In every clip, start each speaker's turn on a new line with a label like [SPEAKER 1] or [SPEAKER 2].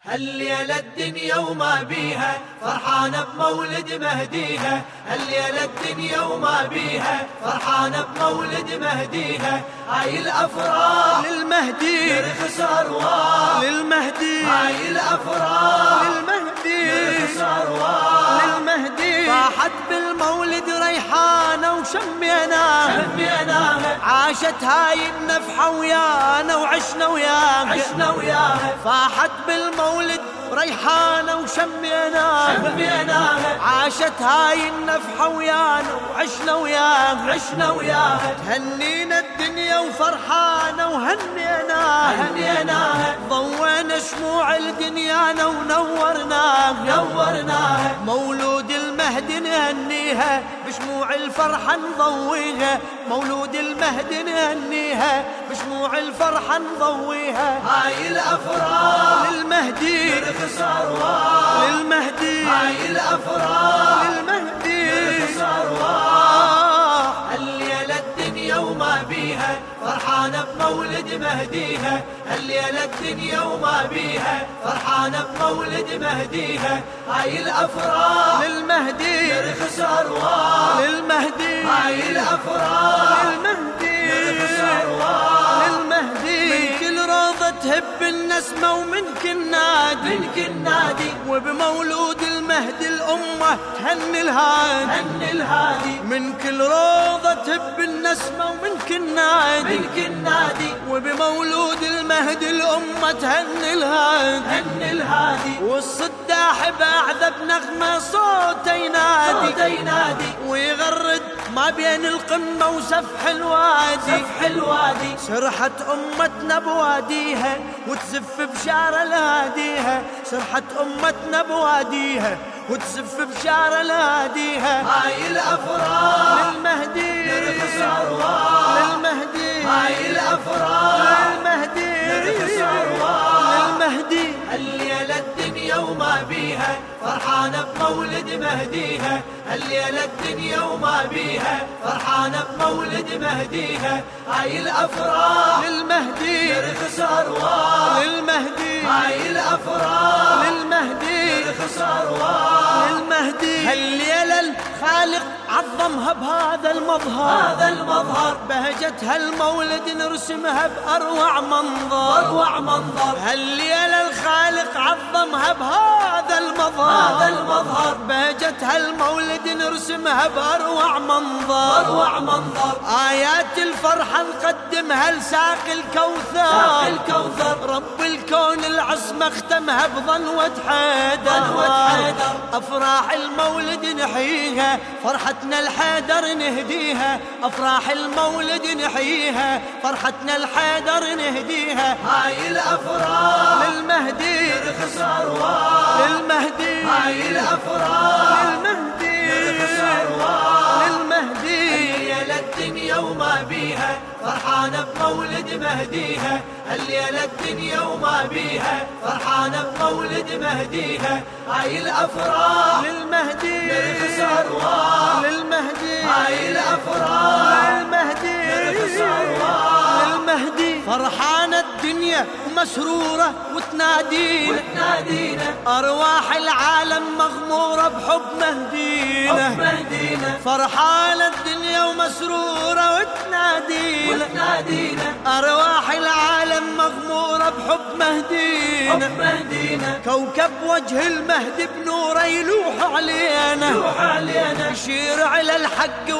[SPEAKER 1] هل يا للدنيا وما بيها فرحانة بمولد مهديها هل يا للدنيا وما بيها فرحانة بمولد مهديها هاي الأفراح
[SPEAKER 2] للمهدي
[SPEAKER 1] ترخص أرواح
[SPEAKER 2] للمهدي
[SPEAKER 1] هاي الأفراح
[SPEAKER 2] للمهدي
[SPEAKER 1] ترخص أرواح
[SPEAKER 2] للمهدي
[SPEAKER 1] طاحت
[SPEAKER 2] بالمولد ريحانة وشميناها
[SPEAKER 1] هميناها
[SPEAKER 2] عاشت هاي النفحة ويانا وعشنا وياك
[SPEAKER 1] عشنا وياها
[SPEAKER 2] فاحت بالمولد ريحانة وشميناها
[SPEAKER 1] هميناها
[SPEAKER 2] عاشت هاي النفحة ويانا وعشنا وياك
[SPEAKER 1] عشنا وياها
[SPEAKER 2] هنينا الدنيا وفرحانة وهنيناها
[SPEAKER 1] هميناها
[SPEAKER 2] ضوينا شموع لدنيانا ونورناها
[SPEAKER 1] نورناها
[SPEAKER 2] مولود المهدي نهنيها بشموع الفرحة نضويها مولود المهدي نهنيها بشموع الفرحة نضويها
[SPEAKER 1] هاي الأفراح
[SPEAKER 2] للمهدي
[SPEAKER 1] ترخص أرواح
[SPEAKER 2] للمهدي
[SPEAKER 1] هاي الأفراح
[SPEAKER 2] للمهدي
[SPEAKER 1] أرواح الليلة الدنيا وما بيها فرحانة بمولد مهديها الليلة الدنيا وما بيها فرحانة بمولد مهديها هاي الأفراح
[SPEAKER 2] للمهدي
[SPEAKER 1] ترخص أرواح
[SPEAKER 2] للمهدي
[SPEAKER 1] هاي الأفراح ترخص
[SPEAKER 2] للمهدي
[SPEAKER 1] أرواح
[SPEAKER 2] للمهدي من كل روضة تهب النسمة ومن كل نادي
[SPEAKER 1] من النادي
[SPEAKER 2] وبمولود المهدي الأمة تهني الهادي
[SPEAKER 1] هن الهادي
[SPEAKER 2] من كل روضة تهب النسمة ومن كل نادي
[SPEAKER 1] من النادي
[SPEAKER 2] وبمولود المهدي الأمة تهني الهادي
[SPEAKER 1] هن الهادي
[SPEAKER 2] والصداح بأعذب نغمة صوته ينادي
[SPEAKER 1] صوت ينادي
[SPEAKER 2] ويغرد ما بين القمة وسفح الوادي
[SPEAKER 1] سفح الوادي
[SPEAKER 2] سرحت أمتنا بواديها وتزف بشارة لهاديها سرحت أمتنا بواديها وتزف بشارة لهاديها
[SPEAKER 1] هاي الأفراح
[SPEAKER 2] للمهدي
[SPEAKER 1] ترخص أرواح
[SPEAKER 2] للمهدي
[SPEAKER 1] هاي الأفراح
[SPEAKER 2] للمهدي
[SPEAKER 1] نرخص أرواح.
[SPEAKER 2] للمهدي
[SPEAKER 1] الليلة الدنيا وما بيها فرحانة بمولد مهديها الليلة الدنيا وما بيها فرحانة بمولد مهديها هاي الأفراح
[SPEAKER 2] للمهدي
[SPEAKER 1] ترخص أرواح
[SPEAKER 2] للمهدي
[SPEAKER 1] هاي الأفراح
[SPEAKER 2] للمهدي
[SPEAKER 1] ترخص أرواح
[SPEAKER 2] للمهدي هالليلة الخالق عظمها بهذا المظهر
[SPEAKER 1] هذا المظهر
[SPEAKER 2] بهجة هالمولد نرسمها بأروع منظر
[SPEAKER 1] أروع منظر
[SPEAKER 2] هالليلة الخالق عظمها بهذا
[SPEAKER 1] هذا
[SPEAKER 2] المظهر
[SPEAKER 1] المظهر
[SPEAKER 2] بهجة هالمولد نرسمها بأروع منظر
[SPEAKER 1] أروع منظر
[SPEAKER 2] آيات الفرحة نقدمها لساقي
[SPEAKER 1] ساق
[SPEAKER 2] الكوثر
[SPEAKER 1] الكوثر
[SPEAKER 2] رب الكون العصمة اختمها بظنوة حيدر
[SPEAKER 1] ظنوة حيدر.
[SPEAKER 2] أفراح المولد نحييها فرحتنا الحيدر نهديها أفراح المولد نحييها فرحتنا الحيدر نهديها
[SPEAKER 1] هاي الأفراح
[SPEAKER 2] للمهدي
[SPEAKER 1] ترخص أرواح
[SPEAKER 2] للمهدي
[SPEAKER 1] هاي الأفراح
[SPEAKER 2] للمهدي
[SPEAKER 1] ترخص أرواح
[SPEAKER 2] للمهدي
[SPEAKER 1] الليلة الدنيا وما بيها فرحانة بمولد مهديها الليلة الدنيا وما بيها فرحانة بمولد مهديها هاي الأفراح
[SPEAKER 2] للمهدي
[SPEAKER 1] ترخص أرواح
[SPEAKER 2] للمهدي
[SPEAKER 1] هاي الأفراح
[SPEAKER 2] للمهدي
[SPEAKER 1] ترخص أرواح
[SPEAKER 2] للمهدي فرحانة الدنيا ومسرورة وتنادينا
[SPEAKER 1] وتنادينا
[SPEAKER 2] أرواح العالم مغمورة بحب
[SPEAKER 1] حب
[SPEAKER 2] مهدينا
[SPEAKER 1] مهدينا
[SPEAKER 2] فرحانة الدنيا ومسرورة وتنادينا
[SPEAKER 1] وتنادينا
[SPEAKER 2] أرواح العالم مغمورة بحب
[SPEAKER 1] حب
[SPEAKER 2] مهدينا
[SPEAKER 1] مهدينا
[SPEAKER 2] كوكب وجه المهدي بنوره يلوح علينا
[SPEAKER 1] روح علينا
[SPEAKER 2] يشير على الحق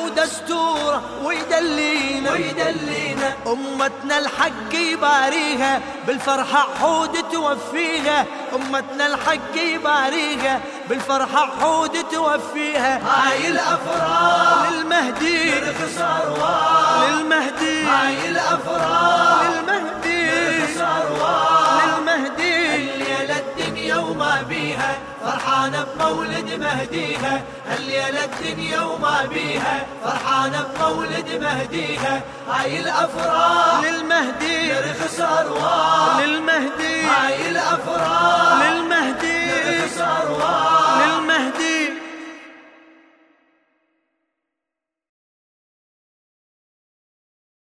[SPEAKER 2] ودستوره ويدلينا
[SPEAKER 1] ويدلينا
[SPEAKER 2] أمتنا الحق يباريها بالفرحة عود توفيها أمتنا الحق يباريها بالفرحة عود توفيها
[SPEAKER 1] هاي الأفراح
[SPEAKER 2] للمهدي
[SPEAKER 1] ترخص أرواح
[SPEAKER 2] للمهدي
[SPEAKER 1] هاي الأفراح
[SPEAKER 2] للمهدي
[SPEAKER 1] ترخص أرواح
[SPEAKER 2] للمهدي
[SPEAKER 1] الليلة الدنيا وما بيها فرحانة بمولد مهديها الليلة الدنيا وما بيها فرحانة بمولد مهديها هاي الأفراح